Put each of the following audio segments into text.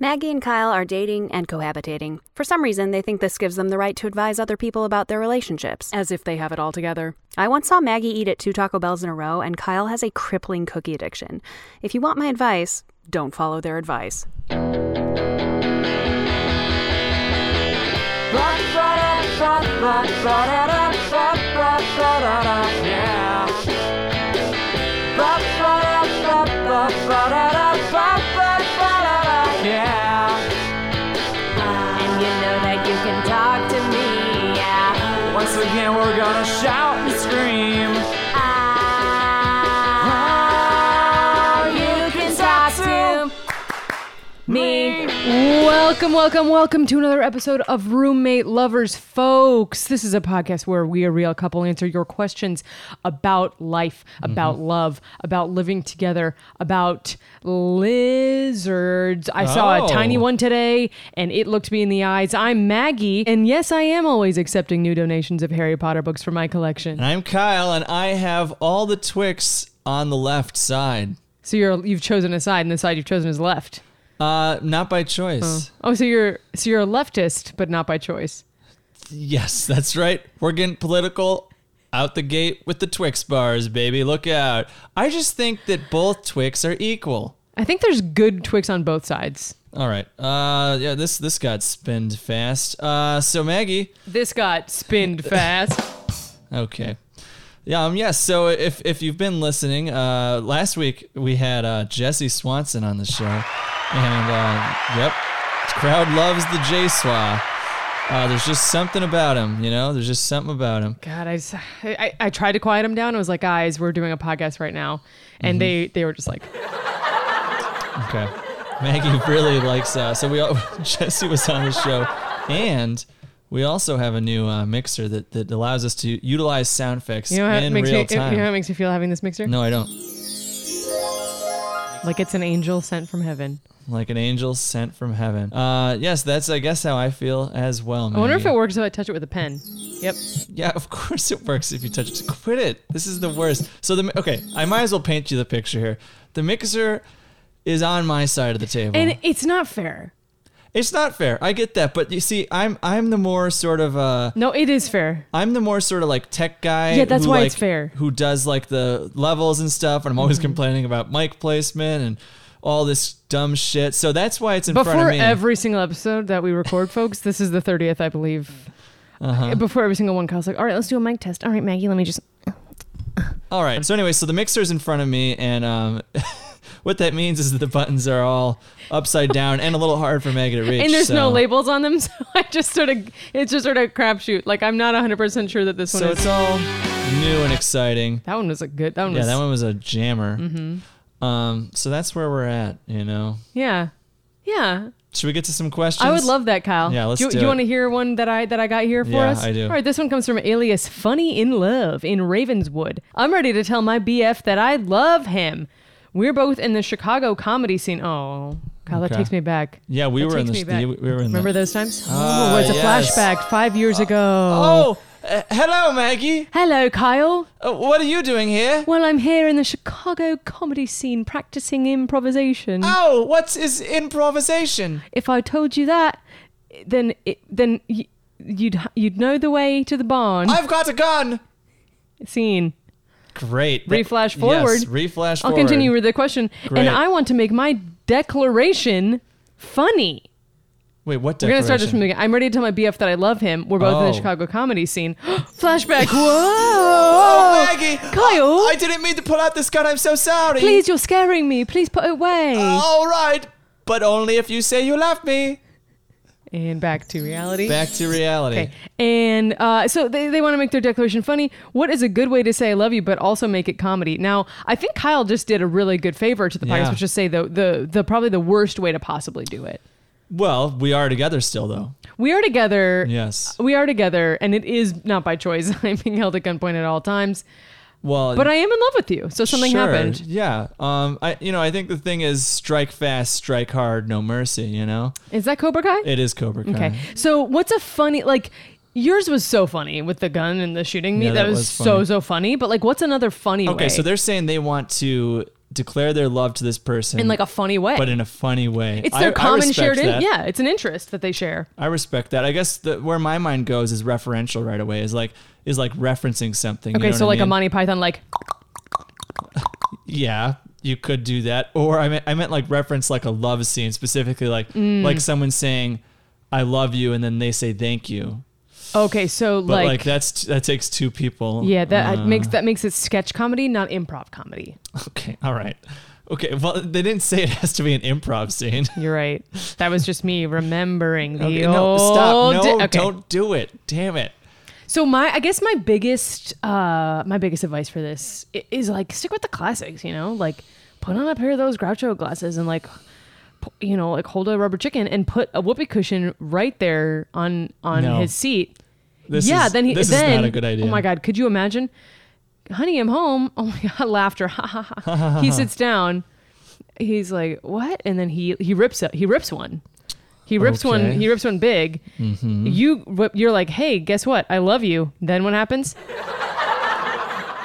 Maggie and Kyle are dating and cohabitating. For some reason, they think this gives them the right to advise other people about their relationships, as if they have it all together. I once saw Maggie eat at two Taco Bells in a row, and Kyle has a crippling cookie addiction. If you want my advice, don't follow their advice. And you know that you can talk to me. Yeah. Once again, we're gonna shout and scream. Ah, you can talk to me. Welcome, welcome, welcome to another episode of Roommate Lovers, folks. This is a podcast where we, a real couple, answer your questions about life, about love, about living together, about lizards. I saw Oh. a tiny one today and it looked me in the eyes. I'm Maggie, and yes, I am always accepting new donations of Harry Potter books for my collection. I'm Kyle, and I have all the Twix on the left side. So you're, you've chosen a side, and the side you've chosen is left. Uh, not by choice. Oh, so you're so you're a leftist, but not by choice. Yes, that's right. We're getting political out the gate with the Twix bars, baby. Look out. I just think that both Twix are equal. I think there's good Twix on both sides. All right. Uh, yeah, this this got spinned fast. Uh, so Maggie, This got spinned fast. Okay. Yeah, um, yes. So if if you've been listening, uh, last week we had uh, Jesse Swanson on the show, and uh, yep, crowd loves the J Swa. Uh, there's just something about him, you know. There's just something about him. God, I, s- I- I tried to quiet him down. I was like, guys, we're doing a podcast right now, Mm-hmm. and they they were just like, Okay. Maggie really likes. Uh, so we all, Jesse was on the show, and we also have a new uh, mixer that, that allows us to utilize sound effects you know how it in makes real me, you time. know how it makes me feel having this mixer? no, I don't. Like it's an angel sent from heaven. like an angel sent from heaven. Uh, yes, that's I guess how I feel as well. I wonder if it works if I touch it with a pen. Yep. Yeah, of course it works if you touch it. Quit it. This is the worst. So the okay, I might as well paint you the picture here. The mixer is on my side of the table. And it's not fair. it's not fair. I get that, but you see, I'm I'm the more sort of uh No, it is fair. I'm the more sort of like tech guy. Yeah, that's who, why it's like, fair. Mm-hmm. Who does like the levels and stuff, and I'm always complaining about mic placement and all this dumb shit. So that's why it's in front Before of me. every single episode that we record, folks, this is the thirtieth, I believe. Uh-huh. Before every single one, Kyle's like, all right, let's do a mic test. All right, Maggie, let me just. All right. So anyway, so the mixer's in front of me, and um, what that means is that the buttons are all upside down and a little hard for Maggie to reach. And there's no so- labels on them, so I just sort of, it's just sort of crapshoot. Like I'm not 100 percent sure that this one So is. it's all new and exciting. That one was a good. That one Yeah, was. Mm-hmm. that one was a jammer. Um, so that's where we're at. You know, Yeah, yeah. should we get to some questions? I would love that, Kyle. Yeah, let's do. you- do you it. want to hear one that I that I got here for Yeah, us? I do. All right, this one comes from alias Funny in Love in Ravenswood. I'm ready to tell my BF that I love him. We're both in the Chicago comedy scene. Oh, Kyle, that Okay. takes me back. Yeah, we That were in takes the. me back. We were in. Remember the, those times? Ah, oh, it's a yes. flashback five years ago. Oh, uh, hello, Maggie. Hello, Kyle. Uh, what are you doing here? Well, I'm here in the Chicago comedy scene practicing improvisation. Oh, what is improvisation? if I told you that, then it, then y- you'd you'd know the way to the barn. I've got a gun. Scene. Great. Reflash Yes, forward. reflash I'll forward. continue with the question, Great. and I want to make my declaration funny. Wait, what? We're gonna start this from the declaration? beginning. I'm ready to tell my BF that I love him. We're both in Oh. the Chicago comedy scene. Flashback. Whoa, Oh, Maggie! Kyle! I didn't mean to pull out this gun. I'm so sorry. please, you're scaring me. Please put it away. All right, but only if you say you love me. And back to reality. Back to reality. Okay. And uh, so they, they want to make their declaration funny. What is a good way to say I love you, but also make it comedy? Now, I think Kyle just did a really good favor to the podcast, Yeah. which is say the, the the probably the worst way to possibly do it. Well, we are together still, though. We are together. Yes. We are together, and it is not by choice. I'm being held at gunpoint at all times, Well, but I am in love with you. So something sure, happened. Yeah. Um. I. You know. I think the thing is, strike fast, strike hard, no mercy. You know. Is that Cobra Kai? It is Cobra Kai. okay. So what's a funny like? Yours was so funny with the gun and the shooting me. Yeah, that, that was, was so funny. so funny. But like, what's another funny? Okay. way? So they're saying they want to declare their love to this person in like a funny way. but in a funny way. it's I- their I common respect shared, in- that. yeah. It's an interest that they share. I respect that. I guess the, where my mind goes is referential right away. Is like is like referencing something. you Okay, know so what I like a mean? Monty Python, like Yeah, you could do that. Or I meant I meant like reference like a love scene specifically, like Mm. like someone saying "I love you" and then they say "Thank you." okay, so But like, like, that's t- that takes two people. yeah, that Uh, makes that makes it sketch comedy, not improv comedy. okay. All right. Okay. Well, they didn't say it has to be an improv scene. You're right. That was just me remembering the Okay, no, old. stop. No, okay. don't do it. Damn it. So my, I guess my biggest, uh, my biggest advice for this i- is like stick with the classics. You know, like put on a pair of those Groucho glasses and like, pu- you know, like hold a rubber chicken and put a whoopee cushion right there on on No. his seat. This yeah, is, then he this then, is not a good idea. Oh my god, could you imagine? Honey, I'm home. Oh my god, laughter. Ha ha ha. he sits down. He's like, "What?" And then he he rips a, he rips one. He rips one. Okay. Mm-hmm. He rips one big. You wh- you're like, "Hey, guess what? I love you." Then what happens?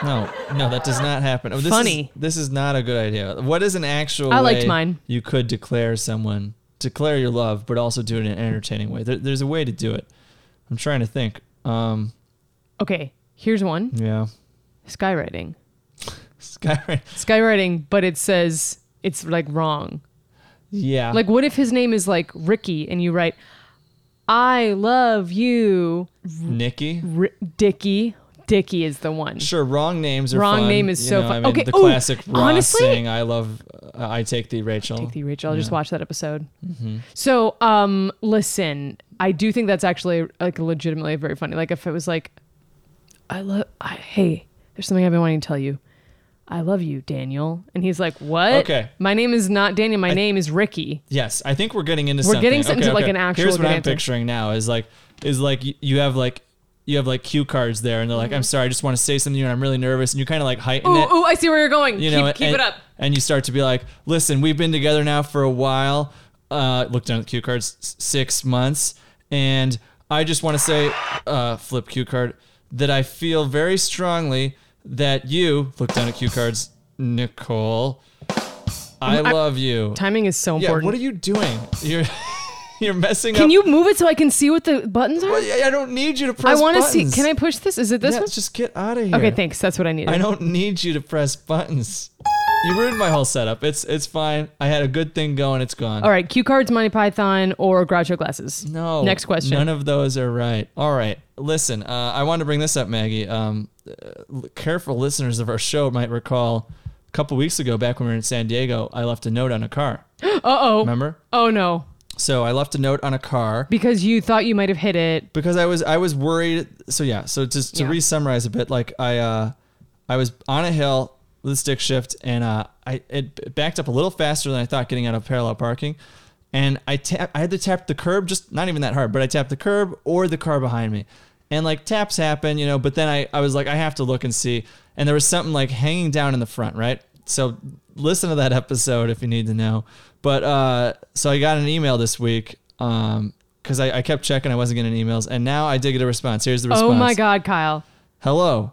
No, no, that does not happen. Oh, this Funny. Is, this is not a good idea. What is an actual? I liked way mine. You could declare someone, declare your love, but also do it in an entertaining way. There, there's a way to do it. I'm trying to think. Um, Okay, here's one. yeah, Skywriting. Skyrim. Skywriting, but it says it's like wrong. Yeah, Like, what if his name is like Ricky and you write, "I love you, Nikki. R- Dicky." Dicky is the one. Sure, wrong names are Wrong fun. name is You so know, fun. I mean, Okay, the ooh, classic Ross honestly- saying, "I love, uh, I take thee, Rachel." Take the Rachel. I'll just watch that episode. Mm-hmm. So, um, listen, I do think that's actually like legitimately very funny. Like if it was like, I love, I, hey, there's something I've been wanting to tell you. I love you, Daniel. And he's like, what? Okay. My name is not Daniel. My name is Ricky. Yes, I think we're getting into We're something. getting into, like, an actual Here's what good I'm answer. picturing now is like is like y- you have like you have like cue cards there, and they're like, "I'm sorry, I just want to say something, to you, and I'm really nervous," and you kind of like heighten Mm-hmm. Ooh, it. ooh, I see where you're going. You keep know, keep and, it up. and you start to be like, "Listen, we've been together now for a while. Uh, look down at the cue cards, s- six months, and I just want to say, uh, flip cue card, that I feel very strongly that you look down at cue cards, Nicole. Mm, I love you. Timing is so Yeah, important. what are you doing? You're you're messing up. Can you move it so I can see what the buttons are? I I don't need you to I press. want to buttons. see. Can I push this? Is it this Yeah, one? just get out of here. okay, thanks. That's what I needed. I don't need you to press buttons. You ruined my whole setup. It's it's fine. I had a good thing going. It's gone. All right, cue cards, Monty Python, or Groucho glasses. No. Next question. None of those are right. All right. Listen, uh, I wanted to bring this up, Maggie. Um, uh, careful listeners of our show might recall a couple weeks ago, back when we were in San Diego, I left a note on a car. uh oh. Remember? Oh no. So I left a note on a car. because you thought you might have hit it. because I was I was worried. So yeah, so just to Yeah. re-summarize a bit, like I uh, I was on a hill with a stick shift, and uh, I it b- backed up a little faster than I thought getting out of parallel parking, and I tap I had to tap the curb, just not even that hard, but I tapped the curb or the car behind me, and like taps happen, you know. But then I I was like I have to look and see, and there was something like hanging down in the front, right? So listen to that episode if you need to know. But uh, so I got an email this week. Um, because I, I kept checking, I wasn't getting emails, and now I did get a response. Here's the response. Oh my God, Kyle. Hello,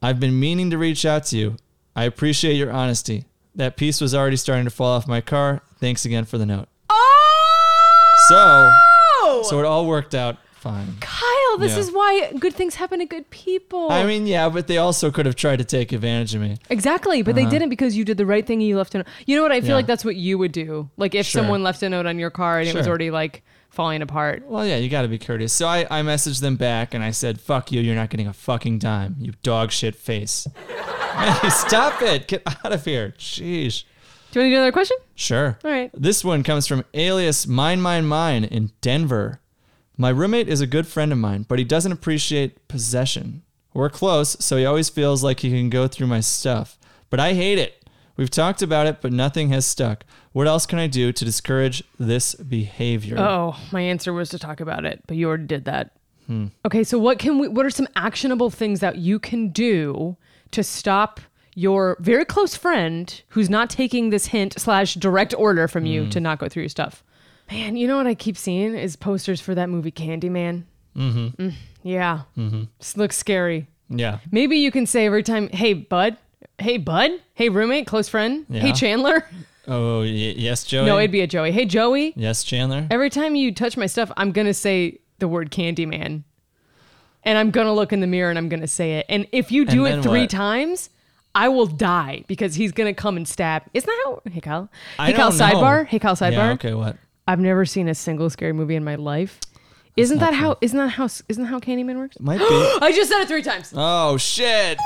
I've been meaning to reach out to you. I appreciate your honesty. That piece was already starting to fall off my car. Thanks again for the note. Oh. So. So it all worked out fine. Kyle, this Yeah. is why good things happen to good people. I mean, yeah, but they also could have tried to take advantage of me. exactly, but they didn't because you did the right thing. And you left a note. You know what? I feel Uh-huh. Yeah. like that's what you would do. Like if Sure. someone left a note on your car and it was Sure. already like falling apart. Well, yeah, you got to be courteous. So I, I messaged them back and I said, fuck you, you're not getting a fucking dime, you dog shit face. Hey, stop it. Get out of here. Jeez. Do you want to do another question? Sure. All right. This one comes from alias Mine Mine Mine in Denver. My roommate is a good friend of mine, but he doesn't appreciate possession. We're close, so he always feels like he can go through my stuff. But I hate it. We've talked about it, but nothing has stuck. What else can I do to discourage this behavior? Oh, my answer was to talk about it, but you already did that. Okay, so what can we? What are some actionable things that you can do to stop your very close friend who's not taking this hint slash direct order from you to not go through your stuff? Man, you know what I keep seeing is posters for that movie Candyman. Mm-hmm. yeah, mm-hmm. looks scary. Yeah. Maybe you can say every time, "Hey, bud." hey bud, hey roommate, close friend, hey Yeah. Chandler. Oh, y- yes, Joey. No, it'd be a Joey. Hey Joey, yes, Chandler. every time you touch my stuff, I'm gonna say the word Candyman, and I'm gonna look in the mirror and I'm gonna say it. And if you do And it then three what? times, I will die because he's gonna come and stab. Isn't that how? Hey Kyle. I Hey Kyle. don't know. Sidebar. Hey Kyle. Sidebar. Yeah, okay, what? I've never seen a single scary movie in my life. Isn't that how? Isn't that how? Isn't that how Candyman works? Might be. I just said it three times. oh shit.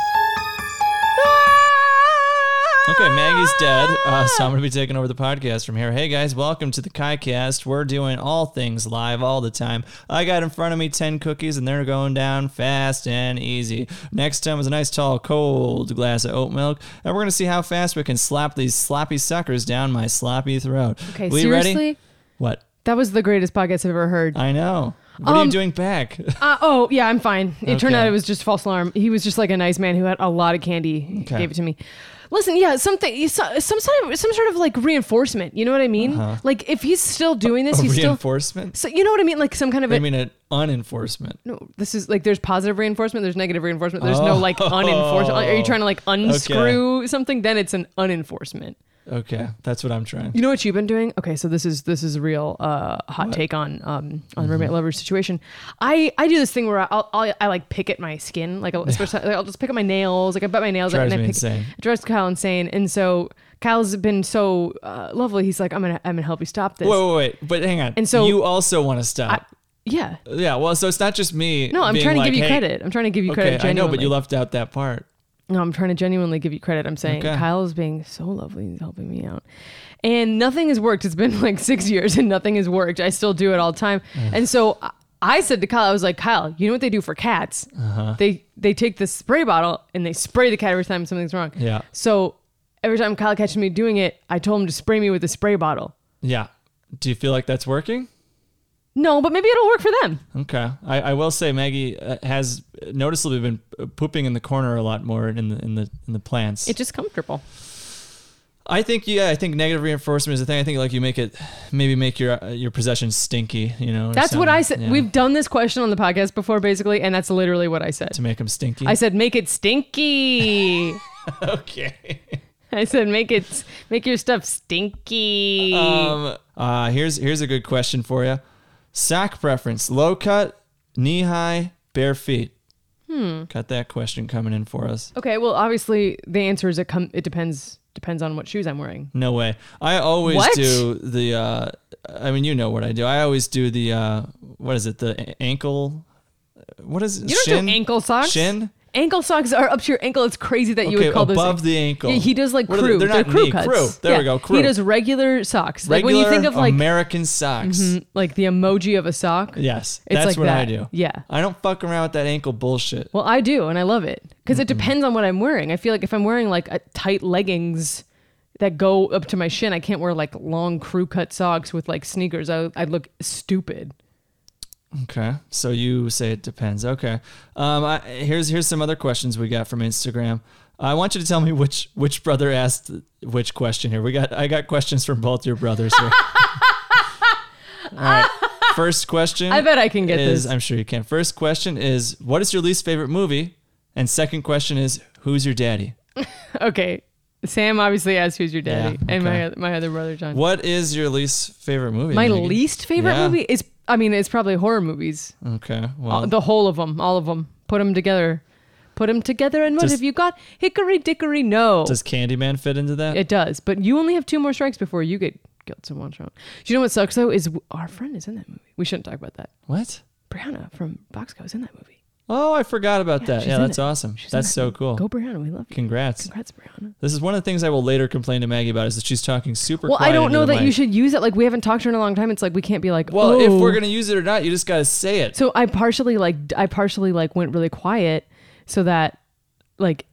Okay, Maggie's dead, uh, so I'm going to be taking over the podcast from here. Hey guys, welcome to the KaiCast. We're doing all things live all the time. I got in front of me 10 cookies, and they're going down fast and easy. Next time is a nice tall cold glass of oat milk, and we're going to see how fast we can slap these sloppy suckers down my sloppy throat. Okay, we seriously, ready? What? that was the greatest podcast I've ever heard. I know. What are you Um, doing back? Uh, oh yeah, I'm fine. It turned Okay. out it was just false alarm. He was just like a nice man who had a lot of candy. He Okay. Gave it to me. Listen, yeah, something, so- some sort of some sort of like reinforcement. You know what I mean? Uh-huh. Like if he's still doing this, he's still. reinforcement? So you know what I mean? Like some kind of I a, mean, an unenforcement. no, this is like there's positive reinforcement, there's negative reinforcement, there's no like Oh. unenforcement. Are you trying to like unscrew something? Then it's an unenforcement. Okay, that's what I'm trying. You know what you've been doing? Okay, so this is this is a real uh, hot take on um, on Mm-hmm. the roommate lover situation. I I do this thing where I'll, I'll I like pick at my skin, like I'll, especially like, I'll just pick at my nails, like I bite my nails Drives and I me pick. insane. It drives Kyle insane, and so Kyle's been so uh, lovely. He's like, I'm gonna I'm gonna help you stop this. Wait, wait, wait. But hang on. And so- you also want to stop. Yeah. yeah. Well, so it's not just me. No, I'm being trying to like, give you "Hey, credit. I'm trying to give you Okay, credit. I know, Genuinely. but you left out that part. No, I'm trying to genuinely give you credit. I'm saying Okay. Kyle's being so lovely. He's helping me out. And nothing has worked. It's been like six years and nothing has worked. I still do it all the time. And so I- I said to Kyle, I was like, Kyle, you know what they do for cats? Uh-huh. They they take this spray bottle and they spray the cat every time something's wrong. Yeah. So every time Kyle catches me doing it, I told him to spray me with a spray bottle. Yeah. Do you feel like that's working? No, but maybe it'll work for them. Okay. I, I will say Maggie uh, has noticeably been uh, pooping in the corner a lot more in the in the in the plants. It's just comfortable. I think yeah. I think negative reinforcement is the thing. I think like you make it maybe make your uh, your possession stinky. You know. or That's what I said. something. Yeah. We've done this question on the podcast before, basically, and that's literally what I said. to make them stinky. I said, make it stinky. okay. I said, make it, make your stuff stinky. Um, uh, here's here's a good question for you. Sock preference: low cut, knee high, bare feet. Hmm. Got that question coming in for us. okay, well, obviously the answer is it come. It depends depends on what shoes I'm wearing. No way. I always What? do the. Uh, I mean, you know what I do. I always do the. Uh, what is it? The a- ankle. uh, What is it? You don't Shin? do ankle socks. Shin. Ankle socks are up to your ankle. It's crazy that you Okay, would call those above the ankle. Yeah, he does like What are they? crew. They're not crew knee, cuts. crew. There we Yeah. go, crew. He does regular socks. like when Regular you think of like American socks. like the emoji of a sock. Yes, It's that's like what I that. do. Yeah. I don't fuck around with that ankle bullshit. Well, I do, and I love it because Mm-hmm. it depends on what I'm wearing. I feel like if I'm wearing like a tight leggings that go up to my shin, I can't wear like long crew cut socks with like sneakers. I I look stupid. Okay, so you say it depends. Okay, um, I, here's here's some other questions we got from Instagram. I want you to tell me which which brother asked which question here. We got I got questions from both your brothers here. All right, first question. I bet I can get is, this. I'm sure you can. First question is what is your least favorite movie, and second question is who's your daddy. Okay, Sam obviously asked who's your daddy, Yeah, and my okay. oth- my other brother John. What is your least favorite movie? My Megan? least favorite Yeah. Oh. movie is I mean it's probably horror movies. Okay, All- well, the whole of them, all of them. Put them together. Put them together, and what Does- have you got? Hickory dickory, no. does Candyman fit into that? Oh. It does, but you only have two more strikes before you get guilt and one shot. Do you know what sucks though? Is w- our friend is in that movie. We shouldn't talk about that. what? Brianna from Boxco is in that movie. Oh, I forgot about that. she's Yeah, in that's it. awesome. in That's it. so cool. Go Brianna, we love you. Congrats. Congrats, Brianna. This is one of the things I will later complain to Maggie about is that she's talking super. Well, quiet I don't into know the that you mic. should use it. Like we haven't talked to her in a long time. It's like we can't be like. Well, if "Oh." we're gonna use it or not, you just gotta say it. So I partially like d- I partially like went really quiet so that like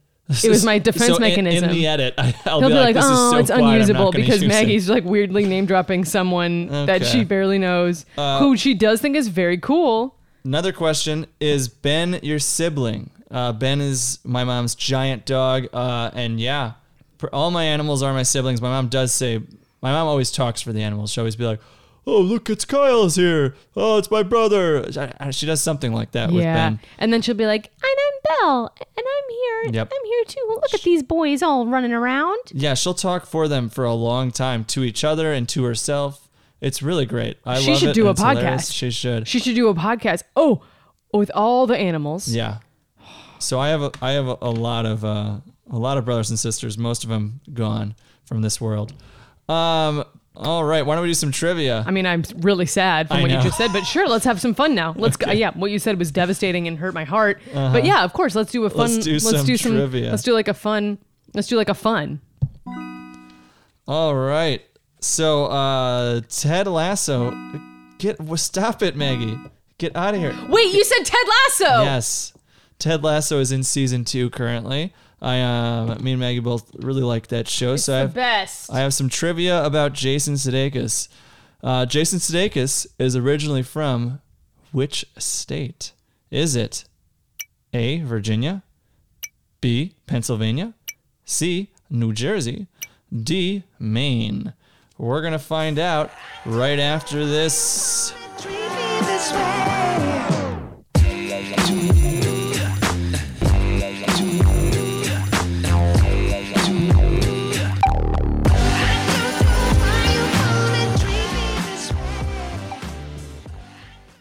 it was my defense So in- mechanism. In, the edit, I, I'll He'll be like, "This oh, is so it's quiet, I'm not unusable gonna because use it." Maggie's like weirdly name dropping someone that Okay. Uh, she barely knows, who she does think is very cool. Another question is Ben your sibling? Uh, ben is my mom's giant dog, uh, and yeah, pr- all my animals are my siblings. My mom does say, my mom always talks for the animals. She always be like, oh look, it's Kyle's here. Oh, it's my brother. She- She does something like that with Ben. And then she'll be like, and I'm Belle, and I'm here, and Yep. I'm here too. Well, look at these boys all running around. Yeah, she'll talk for them for a long time to each other and to herself. It's really great. I She love should it. do a It's hilarious. podcast. She should. She should do a podcast. Oh, with all the animals. Yeah. So I have a, I have a, a lot of uh, a lot of brothers and sisters. Most of them gone from this world. Um. All right. Why don't we do some trivia? I mean, I'm really sad from I what know. you just said, but sure, let's have some fun now. Let's go. Yeah, what you said was devastating and hurt my heart. But yeah, of course, let's do a fun. Uh-huh. Let's do some trivia. Let's do like a fun. Let's do like a fun. All right. So uh, Ted Lasso, get well, stop it, Maggie. Get out of here. Wait, you said Ted Lasso. Yes. Ted Lasso is in season two currently. I um, me and Maggie both really like that show. so I The have, best. I have some trivia about Jason Sudeikis. Uh, Jason Sudeikis is originally from which state? Is it A. Virginia, B. Pennsylvania, C. New Jersey, D. Maine? We're gonna find out right after this.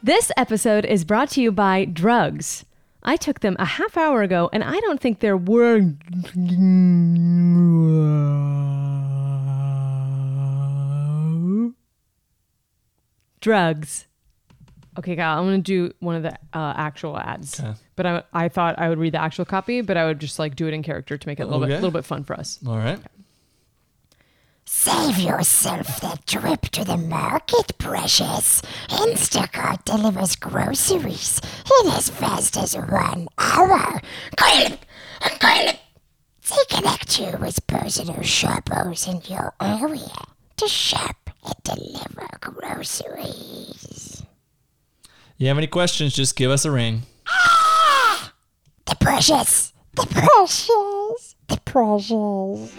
This episode is brought to you by drugs. I took them a half hour ago and I don't think they're wor- drugs. Okay, Kyle, I'm going to do one of the uh, actual ads. But I, I thought I would read the actual copy, but I would just like do it in character to make it a little, bit, Okay. little bit fun for us. All right. Save yourself the trip to the market, precious. Instacart delivers groceries in as fast as one hour. Gulp! Gulp! They connect you with personal shoppers in your area to shop and deliver groceries. You have any questions? Just give us a ring. The precious! The precious! The precious!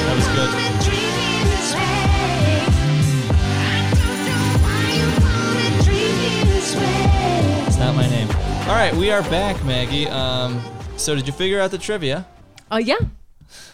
That was good. It's not my name. All right, we are back, Maggie. Um, so did you figure out the trivia? Uh, yeah.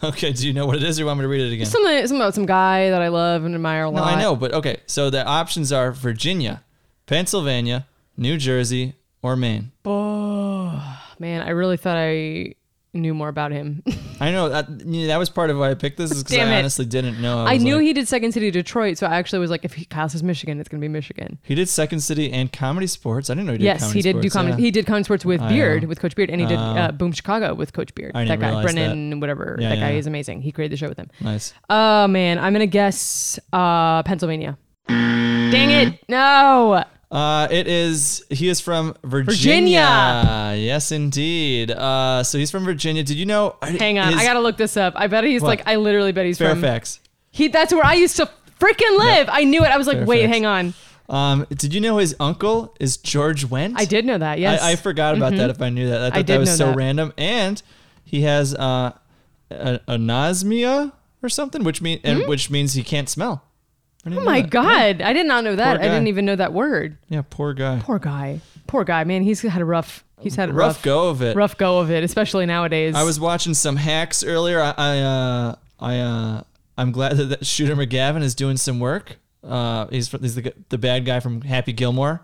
Okay, do you know what it is, or you want me to read it again? Something, something about some guy that I love and admire a no, lot. I know, but okay. So the options are Virginia, Pennsylvania, New Jersey, or Maine. Man, I really thought I knew more about him. I know that that was part of why I picked this, is because Damn I it. honestly didn't know. I was knew like- he did Second City Detroit, so I actually was like, if he, Kyle says Michigan, it's gonna be Michigan. he did Second City and Comedy Sports. I didn't know he did. yes, comedy he did do Sports, comedy. yeah. He did comedy sports with I Beard, know. Oh. with Coach Beard, and he did uh, Boom Chicago with Coach Beard. I didn't that guy, realize Brennan, whatever. Yeah, that guy yeah. is amazing. He created the show with him. nice. Oh man, I'm gonna guess uh, Pennsylvania. Dang it! No. Uh, it is. He is from Virginia. Virginia. Yes, indeed. Uh, so he's from Virginia. Did you know? Hang on, his- I gotta look this up. I bet he's What? like, I literally bet he's from. Fairfax. He. That's where I used to freaking live. I knew it. I was like, wait, Fairfax. hang on. Um, did you know his uncle is George Wendt? I did know that. Yes. Mm-hmm. I, I forgot about that. If I knew that, I thought that did was know so that. random. And he has uh, a- anosmia or something, which mean and which means he can't smell. Mm-hmm. Oh my god, I did not know that. I guy. didn't even know that word. Yeah, poor guy. Poor guy. Poor guy, man. He's had a rough. He's had a rough, rough, go of it. rough go of it, especially nowadays. I was watching some hacks earlier. I, I, uh, I, uh, I'm glad that, that Shooter McGavin is doing some work. Uh, he's fr- he's the, g- the bad guy from Happy Gilmore.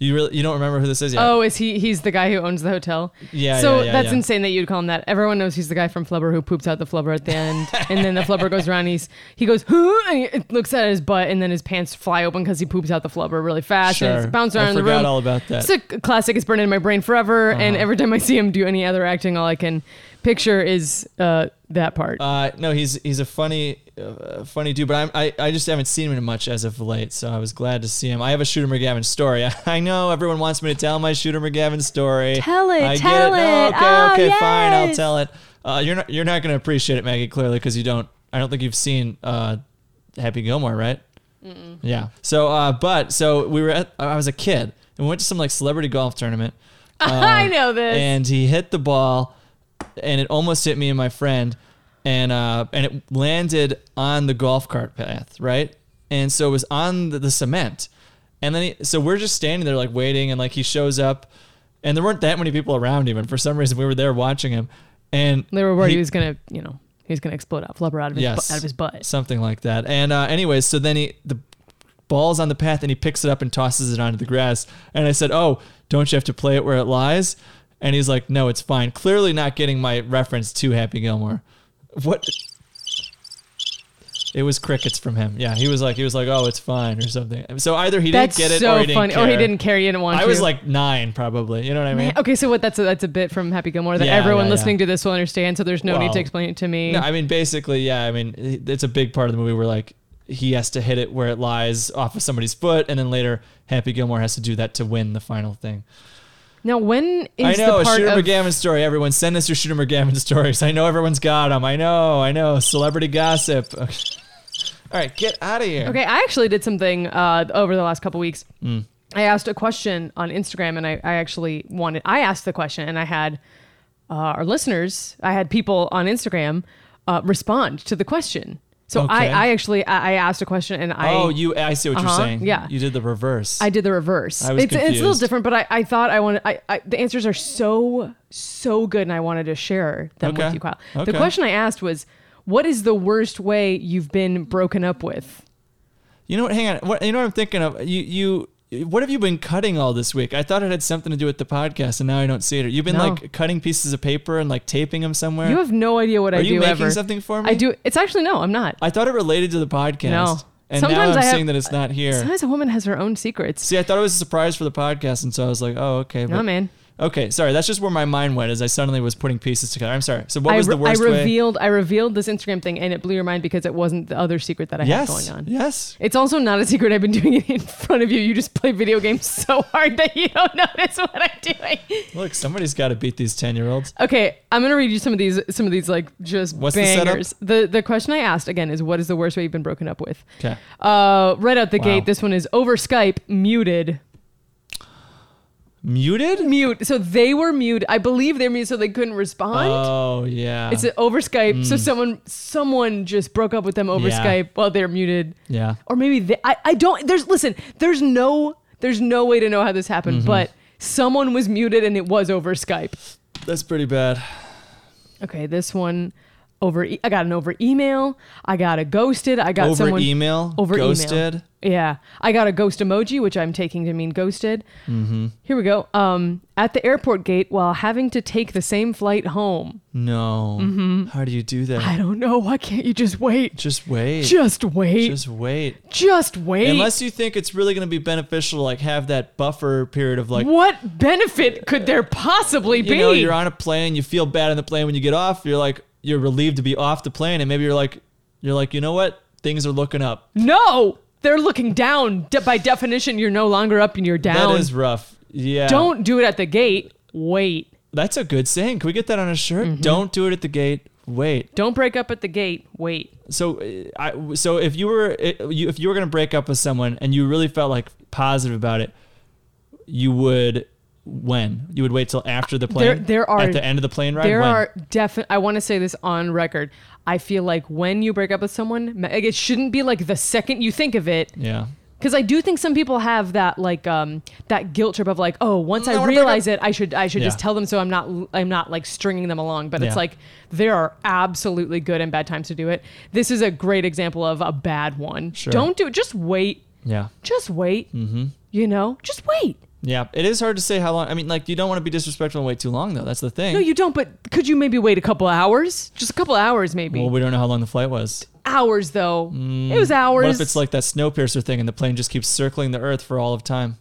You really you don't remember who this is yet? Oh, is he? He's the guy who owns the hotel. Yeah, So yeah, yeah, that's yeah. insane that you'd call him that. Everyone knows he's the guy from Flubber who poops out the flubber at the end, and then the flubber goes around. He's he goes, "Huh," and it looks at his butt, and then his pants fly open because he poops out the flubber really fast, and Sure. it's bouncing I around in the forgot room. all about that. Uh-huh. It's a c- classic. It's burned in my brain forever, and every time I see him do any other acting, all I can picture is uh, that part. Uh, no, he's he's a funny, uh, funny dude, but I'm, I I just haven't seen him much as of late, so I was glad to see him. I have a Shooter McGavin story. I know everyone wants me to tell my Shooter McGavin story. Tell it, I tell get it. No, it. okay, Oh, okay, fine, I'll yes. tell it. Uh, you're not you're not gonna appreciate it, Maggie, clearly, because you don't. I don't think you've seen uh, Happy Gilmore, right? Yeah. So, uh, but so we were at. I was a kid, and we went to some like celebrity golf tournament I know this. and he hit the ball and it almost hit me and my friend and uh, and it landed on the golf cart path, right? And so it was on the, the cement, and then he, so we're just standing there like waiting, and like he shows up, and there weren't that many people around him, and for some reason we were there watching him, and They were worried he, he- was gonna, you know, he was gonna explode out, flubber out of his Yes. bu- out of his butt. something like that. And uh, anyways, so then he the ball's on the path and he picks it up and tosses it onto the grass. And I said, "Oh, don't you have to play it where it lies?" And he's like, "No, it's fine." Clearly not getting my reference to Happy Gilmore. What? It was crickets from him. Yeah, he was like, he was like, "Oh, it's fine" or something. So either he That's didn't get it so or he didn't funny. care. Or he didn't care. He didn't want I to. was like nine, probably. You know what I mean? Man, okay, so what? That's a, that's a bit from Happy Gilmore that Yeah, everyone yeah, listening yeah. to this will understand. So there's no need Well, to explain it to me. No, I mean basically, yeah. I mean, it's a big part of the movie where like he has to hit it where it lies off of somebody's foot, and then later Happy Gilmore has to do that to win the final thing. now, when is I know the a part Shooter of McGavin story. Everyone, send us your Shooter McGavin stories. I know everyone's got them. I know, I know. Celebrity gossip. Okay. All right, get out of here. Okay, I actually did something uh, over the last couple weeks. Mm. I asked a question on Instagram, and I, I actually wanted. I asked the question, and I had uh, our listeners. I had people on Instagram uh, respond to the question. So Okay. I, I actually I I asked a question, and I oh, you. I see what Uh-huh, you're saying. yeah. you did the reverse. I did the reverse. I was it's, it's a little confused. different, but I, I thought I wanted. I, I the answers are so so good, and I wanted to share them Okay. with you, Kyle. Okay. The question I asked was, "What is the worst way you've been broken up with?" You know what? Hang on. What, you know what I'm thinking of? You you. What have you been cutting all this week? I thought it had something to do with the podcast, and now I don't see it. You've been No. like cutting pieces of paper and like taping them somewhere. You have no idea what I Are do you making ever. something for me? I do. It's actually no, I'm not. I thought it related to the podcast. No. And Sometimes I now I'm have- seeing that it's not here. Sometimes a woman has her own secrets. See, I thought it was a surprise for the podcast, and so I was like, "Oh, okay." No, but- man. Okay, sorry. That's just where my mind went as I suddenly was putting pieces together. I'm sorry. So, what I, was re- the worst I way? revealed I revealed this Instagram thing and it blew your mind because it wasn't the other secret that I had Yes. going on. Yes. It's also not a secret. I've been doing it in front of you. You just play video games so hard that you don't notice what I'm doing. Look, somebody's got to beat these ten-year-olds. Okay, I'm gonna read you some of these. Some of these like just What's the setup? bangers. The, the question I asked again is, what is the worst way you've been broken up with? Okay. Uh, right out the Wow. gate, this one is over Skype, muted. Muted. mute. So they were mute. I believe they're mute, so they couldn't respond. Oh yeah. it's over Skype. So someone someone just broke up with them over Yeah. Skype while they're muted. yeah. Or maybe they, I I don't. There's listen. There's no there's no way to know how this Mm-hmm. happened, but someone was muted and it was over Skype. That's pretty bad. Okay, this one over. E- I got an over email. I got a ghosted. I got Over someone email. over email. ghosted. Yeah, I got a ghost emoji, which I'm taking to mean ghosted. Mm-hmm. Here we go. Um, at the airport gate while having to take the same flight home. No. How do you do that? Mm-hmm. I don't know. Why can't you just wait? just wait. Just, Just wait. Just, wait. wait. Unless you think it's really going to be beneficial to like have that buffer period of like what benefit could there possibly you be? know you're on a plane, you feel bad on the plane when you get off, you're like you're relieved to be off the plane and maybe you're like you're like, "You know what? Things are looking up." no, they're looking down. De- by definition, you're no longer up and you're down. That is rough. Yeah. don't do it at the gate. Wait. That's a good saying. Can we get that on a shirt? Mm-hmm. Don't do it at the gate. Wait. Don't break up at the gate. Wait. So uh, I so if you were you- if you were going to break up with someone and you really felt like positive about it, you would when? You would wait till after the plane? There- there are- at the end of the plane ride. There When? are definite. I want to say this on record. I feel like when you break up with someone, like, it shouldn't be like the second you think of it, yeah. because I do think some people have that like um that guilt trip of like, oh, once I, Mm, wanna break realize it, I should I should just Yeah. tell them so I'm not I'm not like stringing them along. But Yeah. it's like there are absolutely good and bad times to do it. This is a great example of a bad one. Sure. Don't do it. Just wait. Yeah. Just wait. Mm-hmm. You know, just wait. Yeah. It is hard to say how long. I mean, like you don't want to be disrespectful and wait too long though. That's the thing. No, you don't. But could you maybe wait a couple hours? Just a couple hours, maybe. well, we don't know how long the flight was. hours though. it was hours. What if it's like that Snowpiercer thing and the plane just keeps circling the Earth for all of time?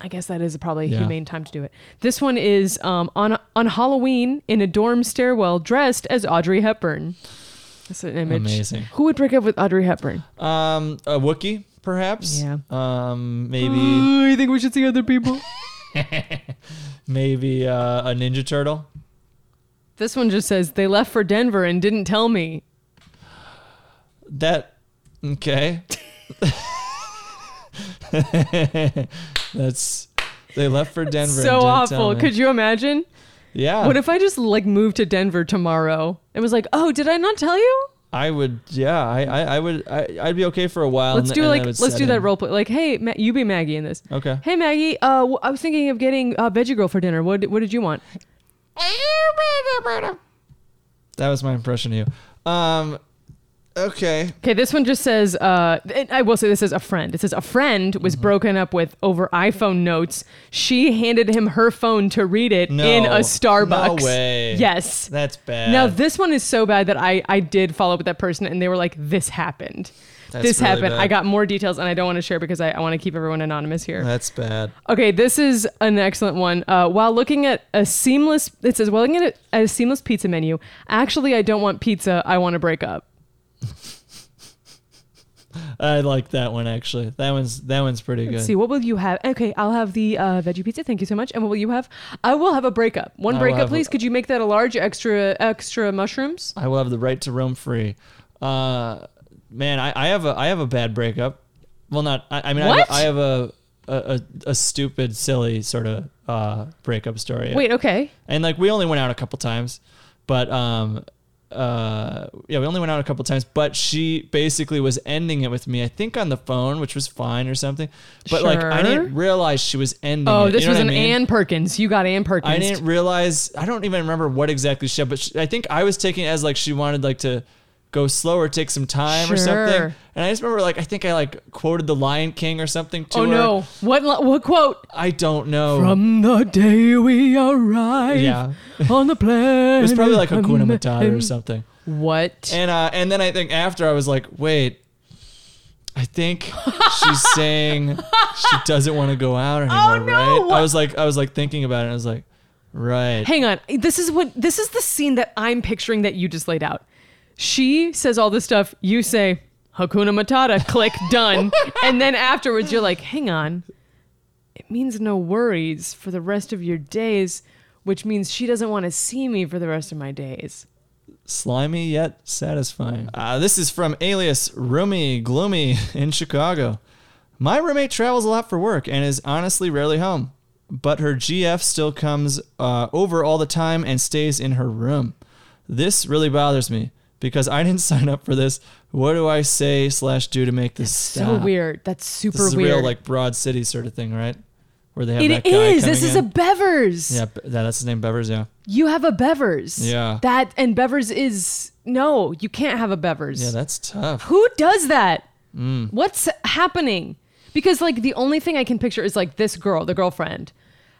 I guess that is probably a Yeah. humane time to do it. This one is um, on on Halloween in a dorm stairwell, dressed as Audrey Hepburn. That's an image. Amazing. Who would break up with Audrey Hepburn? Um, a Wookie, perhaps. Yeah. Um, maybe Ooh, you think we should see other people? maybe uh, a Ninja Turtle. this one just says they left for Denver and didn't tell me. That okay. That's they left for Denver. so awful. Could you imagine? Yeah. What if I just like moved to Denver tomorrow and was like, oh, did I not tell you? I would, yeah, I, I, I would, I, I'd be okay for a while. Let's and- do and I like would let's set do that in. role play. Like, hey, Ma- you be Maggie in this. Okay. Hey Maggie, uh, w- I was thinking of getting uh, Veggie Girl for dinner. What what did you want? That was my impression of you. Um, okay. Okay, this one just says. Uh, and I will say this is a friend. It says a friend was Mm-hmm. broken up with over iPhone notes. She handed him her phone to read it No. in a Starbucks. No way. Yes. That's bad. Now this one is so bad that I I did follow up with that person and they were like, "This happened. That's this really happened." bad. I got more details and I don't want to share because I, I want to keep everyone anonymous here. That's bad. Okay, this is an excellent one. Uh, while looking at a seamless, it says, while looking at a, a seamless pizza menu, actually, I don't want pizza. I want to break up. I like that one actually. That one's that one's pretty good. Let's see, what will you have? Okay, I'll have the uh, veggie pizza. Thank you so much. And what will you have? I will have a breakup. One I will breakup, have a- please. Could you make that a large extra extra mushrooms? I will have the right to roam free. Uh, man, I, I have a I have a bad breakup. Well, not I, I mean What? I, have, I have a, a a a stupid, silly sort of uh, breakup story. Wait, okay. and like we only went out a couple times, but um, uh, yeah, we only went out a couple times. But she basically was ending it with me. I think on the phone, which was fine or something. But like Sure. I didn't realize she was ending. Oh, it. this you know was what an I mean? Ann Perkins. You got Ann Perkins. I didn't realize. I don't even remember what exactly she said, but she, I think I was taking it as like she wanted like to go slower, take some time or something. Sure. And I just remember like I think I like quoted The Lion King or something to oh her. no! What li- what quote? I don't know. From the day we arrived Um, Yeah. on the planet. it was probably like Hakuna Matata or something. What? And uh, and then I think after I was like, wait, I think she's saying she doesn't want to go out anymore, Oh, no. right? I was like, I was like thinking about it. and I was like, right. Hang on. This is what this is the scene that I'm picturing that you just laid out. She says all this stuff, you say Hakuna Matata, click done. and then afterwards you're like, "Hang on. It means no worries for the rest of your days." Which means she doesn't want to see me for the rest of my days. slimy yet satisfying. Uh, this is from alias Roomy Gloomy in Chicago. My roommate travels a lot for work and is honestly rarely home, but her GF still comes uh, over all the time and stays in her room. This really bothers me because I didn't sign up for this. What do I say slash do to make this So stop? weird. That's super This is weird. real like broad city sort of thing, right? Where they have that it guy is. coming This is in. a Bevers. yeah, Be- yeah, that's his name, Bevers. Yeah, You have a Bevers. Yeah. That and Bevers is no, you can't have a Bevers. yeah, that's tough. Who does that? What's happening? Because like the only thing I can picture is like this girl, the girlfriend,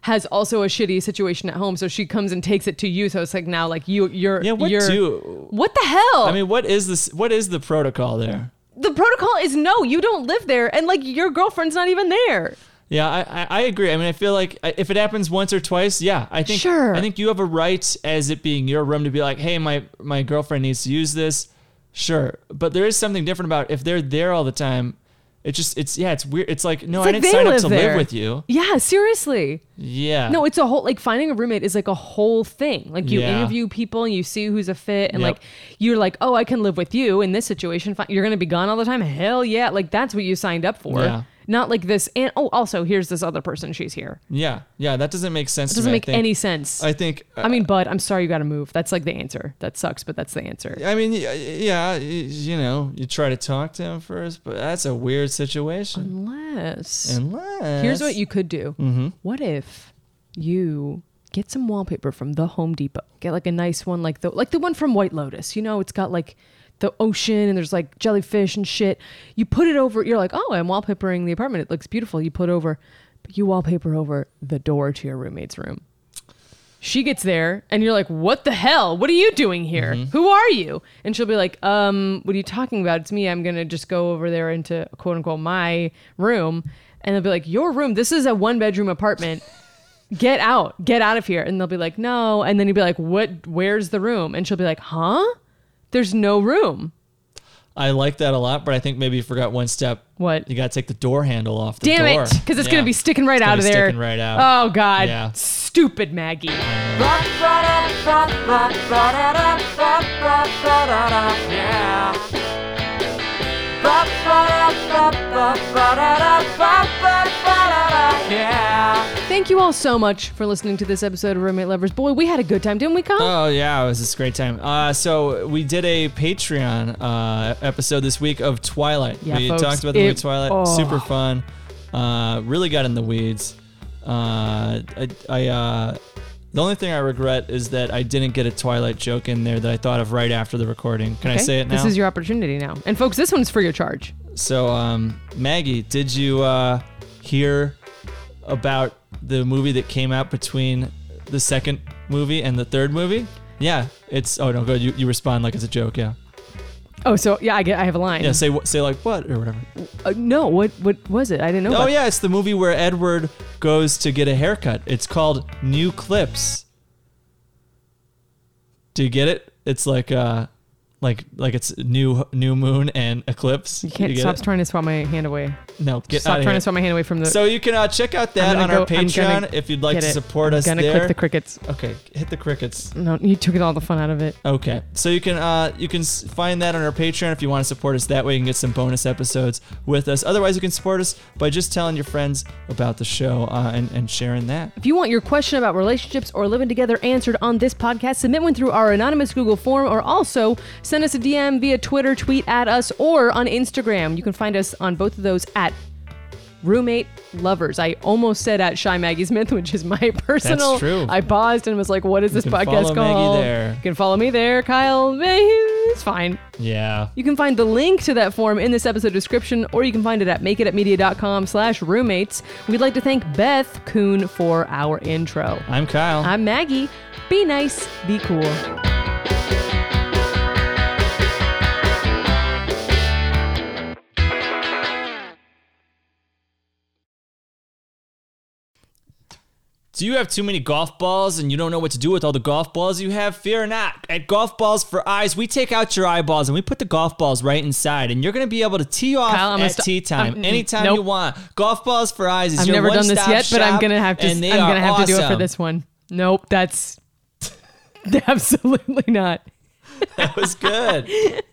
has also a shitty situation at home, so she comes and takes it to you. So it's like now, like you, you're, Yeah, what you're, do? What the hell? I mean, what is this? What is the protocol there? the protocol is no, you don't live there, and like your girlfriend's not even there. Yeah, I, I, I agree. I mean, I feel like I- if it happens once or twice, yeah, I think Sure. I think you have a right as it being your room to be like, hey, my my girlfriend needs to use this. Sure, but there is something different about if they're there all the time. It just it's yeah, it's weird. It's like no, It's I like didn't they sign up live to there. live with you. Yeah, seriously. Yeah, No, it's a whole like finding a roommate is like a whole thing. Like you Yeah. interview people and you see who's a fit and Yep. like you're like, "Oh, I can live with you in this situation. Fine. You're going to be gone all the time." Hell yeah. Like that's what you signed up for. Yeah. Not like this and oh, also here's this other person, she's here. yeah, yeah. That doesn't make sense. It doesn't to me, make I think. any sense. I I, think. I mean, mean, bud, I'm sorry you got to move. That's like the answer. That sucks, but that's the answer. I mean, y- yeah, y- you know, you try to talk to him first, but that's a weird situation. Unless Unless Here's what you could do. What if you get some wallpaper from the Home Depot? Get like a nice one, like the like the one from White Lotus. You know, it's got like the ocean and there's like jellyfish and shit. You put it over. You're like, oh, I'm wallpapering the apartment. It looks beautiful. You put over, but you wallpaper over the door to your roommate's room. She gets there and you're like, "What the hell? What are you doing here? Mm-hmm. Who are you?" And she'll be like, "Um, what are you talking about? It's me. I'm going to just go over there into quote unquote my room." And they'll be like, "Your room. This is a one bedroom apartment. Get out. Get out of here." And they'll be like, "No." And then you'll be like, "What where's the room?" And she'll be like, "Huh? There's no room." I like that a lot, but I think maybe you forgot one step. What? You got to take the door handle off the Damn door. it. Cuz it's going Yeah. to be sticking right It's out gonna of be there. sticking right out. Oh god. Yeah. Stupid Maggie. Yeah. yeah. Thank you all so much for listening to this episode of Roommate Lovers. Boy, we had a good time, didn't we, Kyle? Oh yeah, it was this great time. Uh, so we did a Patreon uh, episode this week of Twilight. Yeah, we folks, talked about the it- movie Twilight. oh. Super fun. Uh, really got in the weeds. Uh, I, I uh, the only thing I regret is that I didn't get a Twilight joke in there that I thought of right after the recording. Can I Okay? say it now? This is your opportunity now. And folks, this one's free of charge. so um, Maggie, did you uh, hear about the movie that came out between the second movie and the third movie? Yeah, it's oh no, go you, you respond like it's a joke. Yeah. Oh, so yeah, I get. I have a line. Yeah, say wh- say like what or whatever. Uh, no, what what was it? I didn't know. Oh about- yeah, it's the movie where Edward goes to get a haircut. It's called New Clips. Do you get it? It's like uh like like it's new new moon and eclipse. You can't get stop it? trying to swat my hand away. No, get stop outta trying here. to swat my hand away from the. So you can uh, check out that I'm on gonna our go- I'm Patreon gonna if you'd like get to it. support I'm us Gonna there. click the Mm. crickets. okay, hit the crickets. No, you took it all the fun out of it. Okay, so you can uh, you can s- find that on our Patreon if you want to support us that way. You can get some bonus episodes with us. Otherwise, you can support us by just telling your friends about the show uh, and and sharing that. If you want your question about relationships or living together answered on this podcast, submit one through our anonymous Google form or also send us a DM via Twitter, tweet at us, or on Instagram. You can find us on both of those at roommate lovers. I almost said at Shy Maggie Smith, which is my personal. true. I paused and was like, what is this can follow podcast Maggie called? there. You can follow me there, Kyle. It's fine. Yeah. You can find the link to that form in this episode description, or you can find it at makeitatmedia.com slash roommates. We'd like to thank Beth Kuhn for our intro. I'm Kyle. I'm Maggie. Be nice, be cool. Do you have too many golf balls and you don't know what to do with all the golf balls you have? Fear not. At Golf Balls for Eyes, we take out your eyeballs and we put the golf balls right inside, and you're going to be able to tee off Kyle, I'm gonna at sto- tee time I'm- anytime nope. you want. Golf Balls for Eyes is I've your never done one-stop this yet, but I'm shop, gonna have to. I'm and they are gonna have to do it for awesome. this one. Nope, that's absolutely not. That was good.